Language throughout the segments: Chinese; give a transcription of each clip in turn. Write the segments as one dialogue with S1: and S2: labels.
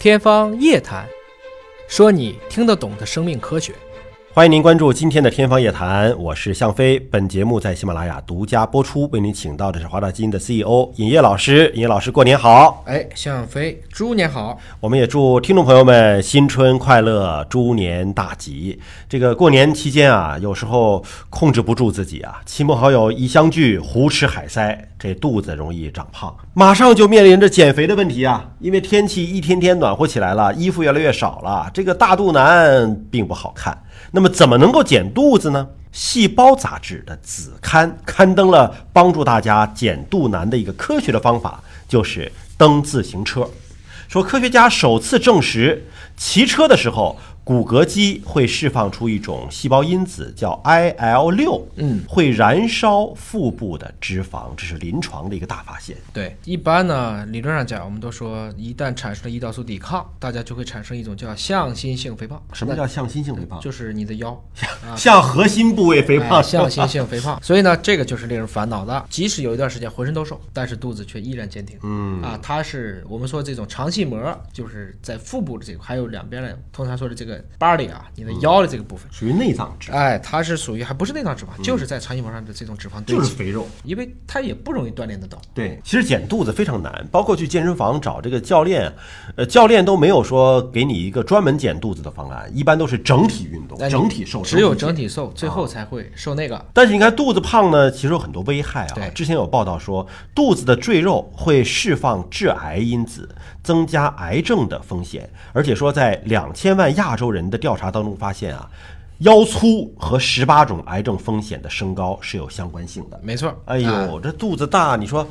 S1: 天方夜谭，说你听得懂的生命科学。
S2: 欢迎您关注今天的《天方夜谭》，我是向飞。本节目在喜马拉雅独家播出，为您请到的是华大基因的 CEO 尹烨老师。尹烨老师，过年好！
S1: 哎，向飞，猪年好！
S2: 我们也祝听众朋友们新春快乐，猪年大吉。这个过年期间啊，有时候控制不住自己啊，亲朋好友一相聚，胡吃海塞，这肚子容易长胖，马上就面临着减肥的问题啊。因为天气一天天暖和起来了，衣服越来越少了，这个大肚腩并不好看。那么怎么能够减肚子呢？《细胞》杂志的子刊刊登了帮助大家减肚腩的一个科学的方法，就是蹬自行车。说科学家首次证实，骑车的时候骨骼肌会释放出一种细胞因子，叫 IL 六，
S1: 嗯，
S2: 会燃烧腹部的脂肪，这是临床的一个大发现。
S1: 对，一般呢，理论上讲，我们都说，一旦产生了胰岛素抵抗，大家就会产生一种叫向心性肥胖。
S2: 什么叫向心性肥胖？
S1: 就是你的腰，
S2: 向核心部位肥胖
S1: 哎，向心性肥胖。所 以呢，这个就是令人烦恼的。即使有一段时间浑身都瘦，但是肚子却依然坚挺。嗯啊，它是我们说这种肠系膜，就是在腹部的这个，还有两边的，通常说的这个 body 啊，你的腰的这个部分。
S2: 属于内脏脂，
S1: 哎，它是属于还不是内脏脂肪，就是在肠系膜上的这种脂肪堆积，
S2: 嗯就是肥肉。
S1: 因为它也不容易锻炼得到。
S2: 对，其实减肚子非常难，包括去健身房找这个教练，呃，教练都没有说给你一个专门减肚子的方案，一般都是整体运动
S1: 那、你
S2: 整体瘦，
S1: 哎只有
S2: 体
S1: 整体瘦，最
S2: 啊
S1: 后才会瘦那个。
S2: 但是你看肚子胖呢，其实有很多危害
S1: 对
S2: 啊。之前有报道说，肚子的赘肉会释放致癌因子，增加癌症的风险。而且说，在两千万亚洲人的调查当中发现啊，腰粗和十八种癌症风险的升高是有相关性的。
S1: 没错，
S2: 哎
S1: 啊
S2: 呦，这肚子大，你说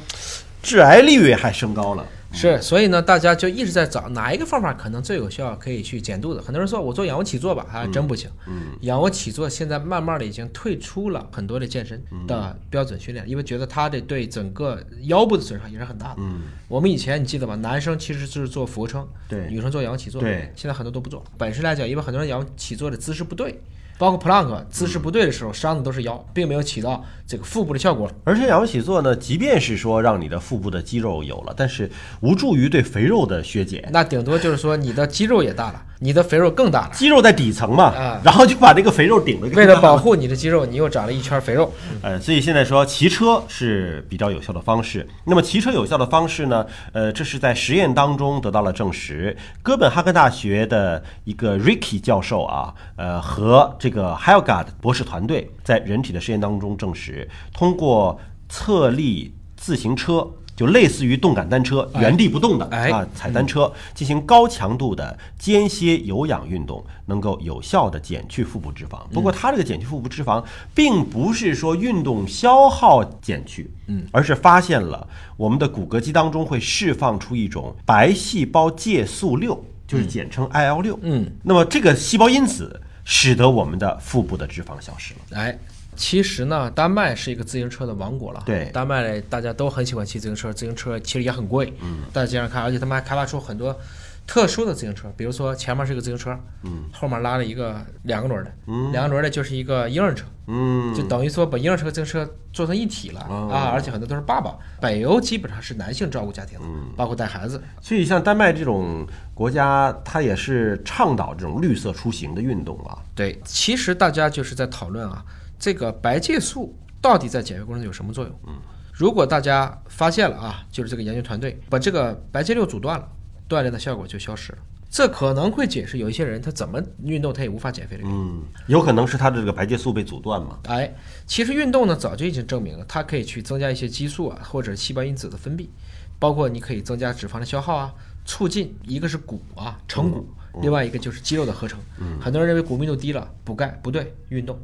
S2: 致癌率还升高了。
S1: 是，所以呢，大家就一直在找哪一个方法可能最有效，可以去减肚子。很多人说我做仰卧起坐吧，还真不行。嗯，仰卧起坐现在慢慢的已经退出了很多的健身的标准训练，因为觉得它的对整个腰部的损伤也是很大的。嗯，我们以前你记得吧，男生其实是做俯卧撑，
S2: 对
S1: 女生做仰卧起坐，
S2: 对，
S1: 现在很多都不做。本身来讲，因为很多人仰卧起坐的姿势不对。包括 plank 姿势不对的时候，伤的都是腰，并没有起到这个腹部的效果。
S2: 而且仰卧起坐呢，即便是说让你的腹部的肌肉有了，但是无助于对肥肉的削减。
S1: 那顶多就是说你的肌肉也大了，你的肥肉更大了。
S2: 肌肉在底层嘛，
S1: 啊
S2: 然后就把这个肥肉顶得更
S1: 为了
S2: 大
S1: 保护你的肌肉，你又长了一圈肥肉。
S2: 呃，所以现在说骑车是比较有效的方式。那么骑车有效的方式呢？呃，这是在实验当中得到了证实。哥本哈根大学的一个 Ricky 教授啊，呃，和这个 Helgard 博士团队在人体的实验当中证实，通过测力自行车。就类似于动感单车，原地不动的、
S1: 哎
S2: 啊，踩单车进行高强度的间歇有氧运动，能够有效的减去腹部脂
S1: 嗯
S2: 肪。不过，它这个减去腹部脂肪，并不是说运动消耗减去，嗯，而是发现了我们的骨骼肌当中会释放出一种白细胞介素六，就是简称 IL 六，
S1: 嗯，
S2: 那么这个细胞因子使得我们的腹部的脂肪消失了。
S1: 哎，其实呢，丹麦是一个自行车的王国了。
S2: 对
S1: 丹麦大家都很喜欢骑自行车，自行车其实也很贵。嗯，大家街上看，而且他们还开发出很多特殊的自行车，比如说前面是个自行车，嗯，后面拉了一个两个轮儿的，嗯，两个轮儿的就是一个婴儿车。
S2: 嗯，
S1: 就等于说把婴儿车和自行车做成一体了、啊，而且很多都是爸爸。北欧基本上是男性照顾家庭的，包括带孩子。
S2: 所以像丹麦这种国家，它也是倡导这种绿色出行的运动啊。
S1: 对，其实大家就是在讨论啊，这个白介素到底在减肥过程中有什么作用？嗯，如果大家发现了啊，就是这个研究团队把这个白介六阻断了，锻炼的效果就消失了。这可能会解释有一些人他怎么运动他也无法减肥的原因。
S2: 嗯，有可能是它的这个白介素被阻断嘛。
S1: 哎，其实运动呢早就已经证明了，它可以去增加一些激素啊或者细胞因子的分泌，包括你可以增加脂肪的消耗啊，促进一个是骨啊成骨。另外一个就是肌肉的合成，很多人认为骨密度低了补钙不对，运动，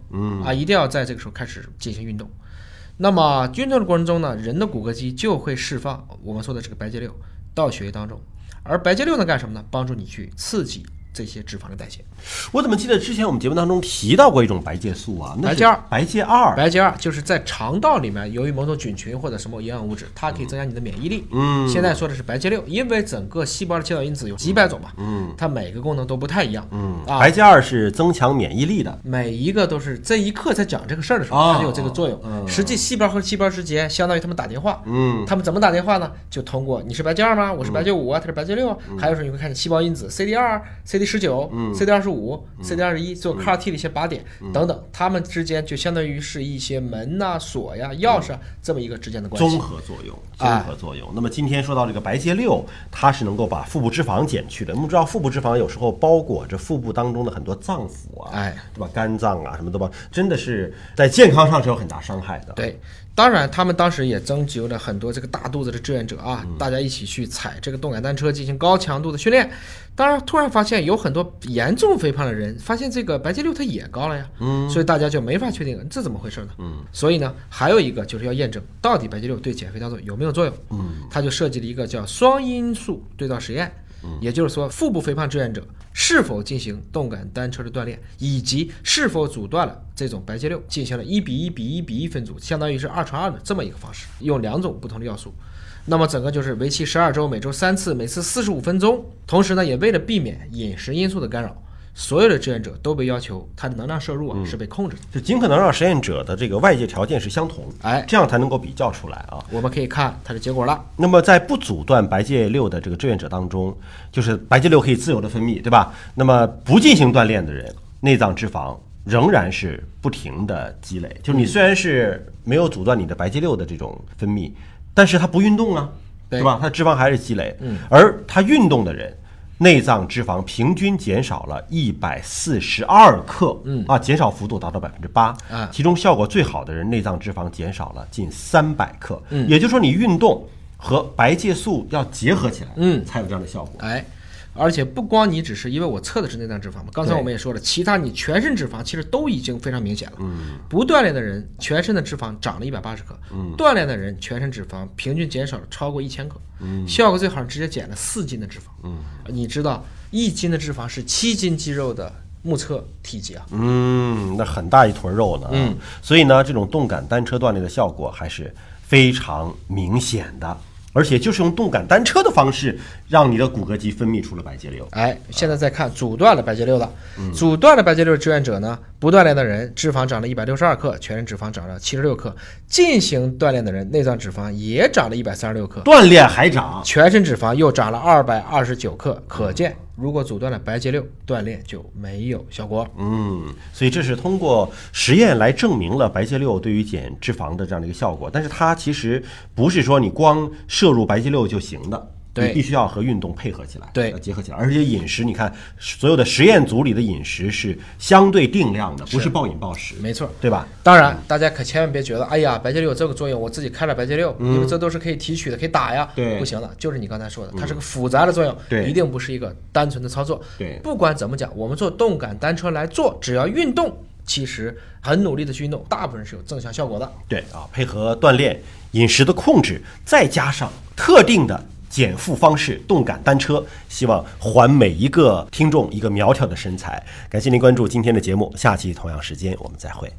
S1: 啊，一定要在这个时候开始进行运动。那么运动的过程中呢，人的骨骼肌就会释放我们说的这个白介六到血液当中，而白介六能干什么呢？帮助你去刺激这些脂肪的代谢。
S2: 我怎么记得之前我们节目当中提到过一种白介素啊？
S1: 白
S2: 那是
S1: 介二
S2: 白介二，
S1: 白介二就是在肠道里面，由于某种菌群或者什么营养物质，它可以增加你的免疫力。嗯，现在说的是白介六，因为整个细胞的切导因子有几百种嘛，嗯，它每个功能都不太一样，嗯啊，
S2: 白介二是增强免疫力的。
S1: 每一个都是这一刻在讲这个事儿的时
S2: 哦
S1: 候，它就有这个作用。实际细胞和细胞之间，相当于他们打电话。
S2: 嗯，
S1: 他们怎么打电话呢？就通过你是白介二吗？我是白介五啊，他是白介六啊。
S2: 嗯
S1: 还有时候你会看见细胞因子 CD 二、CD 十九、CD 二十五、CD
S2: 嗯
S1: 二十一，最后 CAR-T 的一些靶点等等，它们之间就相当于是一些门呐、锁呀、钥匙啊这么一个之间的关系。哎
S2: 综合作用，综合作用。那么今天说到这个白介六，它是能够把腹部脂肪减去的。我们知道腹部脂肪有时候包裹着腹部当中的很多脏腑啊，
S1: 哎，
S2: 对吧？肝脏啊，什么的吧，真的是在健康上是有很大伤害的。，
S1: 对，当然他们当时也征集了很多这个大肚子的志愿者啊，大家一起去踩这个动感单车进行高强度的训练。当然，突然发现有很多严重肥胖的人，发现这个白介六它也高了呀，嗯，所以大家就没法确定这怎么回事呢，嗯，所以呢，还有一个就是要验证到底白介六对减肥当中有没有作用，嗯，他就设计了一个叫双因素对照实验，也就是说，腹部肥胖志愿者是否进行动感单车的锻炼，以及是否阻断了这种白介六，进行了一比一比一比一分组，相当于是二传二的这么一个方式，用两种不同的要素。那么整个就是为期十二周，每周三次，每次四十五分钟。同时呢，也为了避免饮食因素的干扰，所有的志愿者都被要求他的能量摄入啊、是被控制的。
S2: 就尽可能让实验者的这个外界条件是相同，
S1: 哎
S2: 这样才能够比较出来啊。
S1: 我们可以看它的结果了。
S2: 那么在不阻断白介六的这个志愿者当中，就是白介六可以自由的分泌，对吧？那么不进行锻炼的人，内脏脂肪仍然是不停的积累。就是你虽然是没有阻断你的白介六的这种分泌，但是他不运动啊，
S1: 对
S2: 吧？他脂肪还是积累。而他运动的人。内脏脂肪平均减少了一百四十二克，嗯啊，减少幅度达到百分之八，
S1: 啊
S2: 其中效果最好的人内脏脂肪减少了近三百克，嗯，也就是说你运动和白介素要结合起来，嗯，才有这样的效果。
S1: 哎，而且不光你只是因为我测的是内脏脂肪嘛，刚才
S2: 对
S1: 我们也说了，其他你全身脂肪其实都已经非常明显了。嗯，不锻炼的人全身的脂肪长了一百八十克，嗯，锻炼的人全身脂肪平均减少了超过一千克，嗯，效果最好直接减了四斤的脂肪，嗯，你知道一斤的脂肪是七斤肌肉的目测体积啊，
S2: 嗯，那很大一坨肉呢，嗯，所以呢，这种动感单车锻炼的效果还是非常明显的，而且就是用动感单车的方式，让你的骨骼肌分泌出了白介瘤。
S1: 哎，现在再看阻断了白介六的，阻断了白介六志愿者呢，不锻炼的人脂肪长了一百六十二克，全身脂肪长了七十六克；进行锻炼的人内脏脂肪也长了一百三十六克，
S2: 锻炼还长，
S1: 全身脂肪又长了二百二十九克。可见，如果阻断了白介六，锻炼就没有效果。
S2: 嗯，所以这是通过实验来证明了白介六对于减脂肪的这样的一个效果。但是它其实不是说你光摄入白介六就行的。
S1: 对
S2: 你必须要和运动配合起来，
S1: 对
S2: 要结合起来，而且饮食，你看所有的实验组里的饮食是相对定量的，不是暴饮暴食，
S1: 没错。
S2: 对吧？
S1: 当然，大家可千万别觉得，哎呀，白介六有这个作用，我自己开了白介六，因为这都是可以提取的，可以打呀。
S2: 嗯对嗯
S1: 不行了，就是你刚才说的，它是个复杂的作用，
S2: 对
S1: 一定不是一个单纯的操作。
S2: 对
S1: 不管怎么讲，我们做动感单车来做，只要运动，其实很努力的去运动，大部分是有正向效果的。
S2: 对啊，配合锻炼、饮食的控制，再加上特定的减负方式，动感单车，希望还每一个听众一个苗条的身材。感谢您关注今天的节目，下期同样时间我们再会。